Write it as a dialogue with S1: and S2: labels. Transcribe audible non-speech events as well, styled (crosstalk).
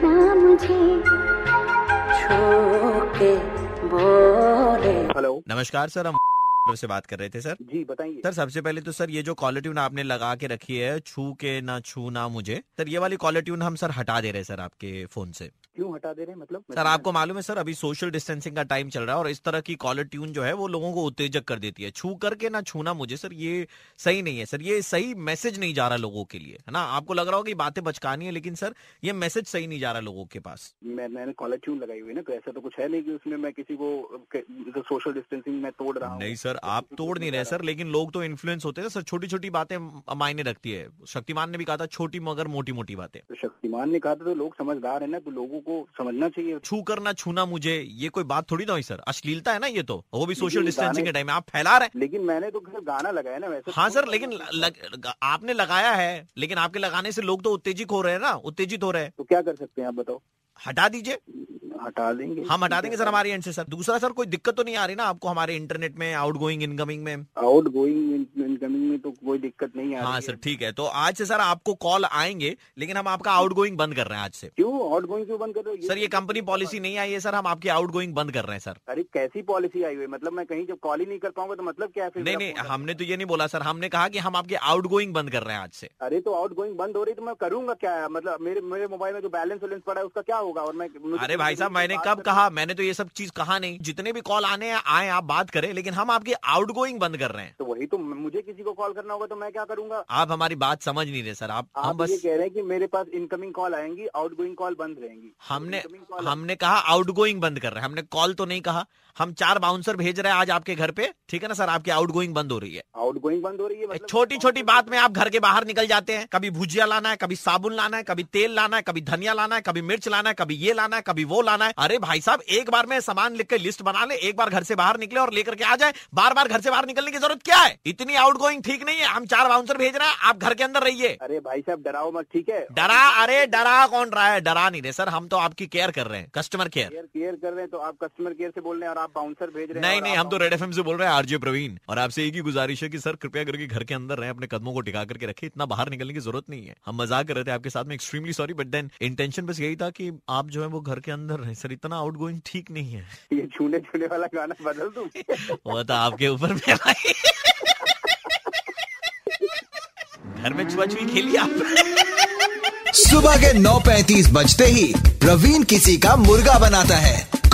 S1: मुझे छू के बोले
S2: हेलो
S3: नमस्कार सर हम से बात कर रहे थे सर
S2: जी बताइए
S3: सर सबसे पहले तो सर ये जो कॉलर ट्यून आपने लगा के रखी है छू के ना छू ना मुझे सर ये वाली कॉलर ट्यून हम सर हटा दे रहे हैं सर आपके फोन से
S2: क्यों हटा दे रहे हैं मतलब
S3: सर आपको मालूम है सर अभी सोशल डिस्टेंसिंग का टाइम चल रहा है और इस तरह की कॉलर ट्यून जो है वो लोगों को उत्तेजक कर देती है छू करके ना छूना मुझे सर ये सही नहीं है सर ये सही मैसेज नहीं जा रहा लोगों के लिए है ना आपको लग रहा होगा कि बातें बचकानी है लेकिन सर ये मैसेज सही नहीं जा रहा लोगों के पास
S2: मैं मैंने कॉलर ट्यून लगाई हुई है ना तो ऐसा तो कुछ है नहीं कि उसमें मैं किसी को के- जो सोशल डिस्टेंसिंग मैं तोड़ रहा हूँ
S3: नहीं सर आप तोड़ नहीं रहे सर लेकिन लोग तो इन्फ्लुएंस होते हैं सर छोटी छोटी बातें मायने रखती है शक्तिमान ने भी कहा था छोटी मगर मोटी मोटी बातें
S2: तो शक्तिमान ने कहा था तो लोग समझदार है ना तो लोगों को समझना चाहिए
S3: छू करना छूना मुझे ये कोई बात थोड़ी ना हुई सर अश्लीलता है ना ये तो वो भी सोशल
S2: गाने-
S3: डिस्टेंसिंग के टाइम में आप फैला रहे हैं
S2: लेकिन मैंने तो सिर्फ गाना लगाया ना वैसे
S3: हाँ
S2: तो-
S3: सर लेकिन लग, लग- आपने लगाया है लेकिन आपके लगाने से लोग तो उत्तेजित हो रहे हैं ना उत्तेजित हो रहे हैं
S2: तो क्या कर सकते हैं आप बताओ
S3: हटा दीजिए
S2: हटा देंगे
S3: हम हटा देंगे सर हमारे एंड से सर दूसरा सर कोई दिक्कत तो नहीं आ रही ना आपको हमारे इंटरनेट में आउट गोइंग इनकमिंग में
S2: आउट गोइंग इनकमिंग में तो कोई दिक्कत नहीं आ रही
S3: हाँ
S2: है।
S3: सर ठीक है तो आज से सर आपको कॉल आएंगे लेकिन हम आपका आउट गोइंग बंद कर रहे हैं आज से
S2: क्यों आउट गोइंग क्यों बंद कर रहे हो तो
S3: सर ये कंपनी पॉलिसी नहीं आई है सर हम आपकी आउट गोइंग बंद कर रहे हैं सर
S2: अरे कैसी पॉलिसी आई हुई है मतलब मैं कहीं जब कॉल ही नहीं कर पाऊंगा तो मतलब क्या है फिर
S3: नहीं
S2: मेरा
S3: नहीं
S2: फोन-
S3: हमने तो ये नहीं बोला सर हमने कहा कि हम आपकी आउट गोइंग बंद कर रहे हैं आज से
S2: अरे तो आउट गोइंग बंद हो रही तो मैं करूंगा क्या मतलब मेरे मेरे मोबाइल में जो बैलेंस वैलेंस पड़ा है उसका क्या होगा और मैं मुझे-
S3: अरे भाई साहब मैंने कब कहा मैंने तो ये सब चीज कहा नहीं जितने भी कॉल आने हैं आए आप बात करें लेकिन हम आपकी आउट गोइंग बंद कर रहे हैं
S2: तो वही तो मुझे किसी को कॉल करना होगा तो मैं क्या करूंगा
S3: आप हमारी बात समझ नहीं रहे सर आप हम
S2: आप ये
S3: हाँ, बस
S2: कह रहे हैं कि मेरे पास इनकमिंग कॉल आएंगी आउट गोइंग कॉल बंद रहेंगी
S3: हमने
S2: incoming call-
S3: हमने कहा आउटगोइंग बंद कर रहे हैं हमने कॉल तो नहीं कहा हम चार बाउंसर भेज रहे हैं आज आपके घर पे ठीक है ना सर आपकी आउटगोइंग बंद हो रही है
S2: आउट गोइंग बंद हो रही है मतलब
S3: छोटी छोटी बात में आप घर के बाहर निकल जाते हैं कभी भुजिया लाना है कभी साबुन लाना है कभी तेल लाना है कभी धनिया लाना है कभी मिर्च लाना है कभी ये लाना है कभी वो लाना है अरे भाई साहब एक बार में सामान लिख के लिस्ट बना ले एक बार घर से बाहर निकले और लेकर के आ जाए बार बार घर से बाहर निकलने की जरूरत क्या है इतनी आउटगोइंग ठीक नहीं है हम चार बाउंसर भेज रहे हैं आप घर के अंदर रहिए
S2: अरे भाई साहब डराओ मत ठीक है
S3: डरा अरे डरा कौन रहा है डरा नहीं रहे सर हम तो आपकी केयर कर रहे हैं कस्टमर केयर
S2: केयर केयर कर रहे हैं तो आप कस्टमर केयर से बोल रहे हैं और आप बाउंसर भेज रहे हैं
S3: नहीं
S2: और
S3: नहीं
S2: आप
S3: हम तो रेड एफ से बोल रहे हैं आरजे प्रवीण और आपसे एक ही गुजारिश है कि सर कृपया करके घर के अंदर रहें अपने कदमों को टिका करके रखें इतना बाहर निकलने की जरूरत नहीं है हम मजाक कर रहे थे आपके साथ में extremely sorry but then intention बस यही था कि आप जो है वो घर के अंदर रहें सर इतना आउट ठीक नहीं है
S2: ये छूने छूने वाला गाना बदल दूं
S3: (laughs) वो तो आपके ऊपर में भाई। (laughs) घर में छुआ छुई खेली आप
S4: सुबह के 9:35 बजते ही प्रवीण किसी का मुर्गा बनाता है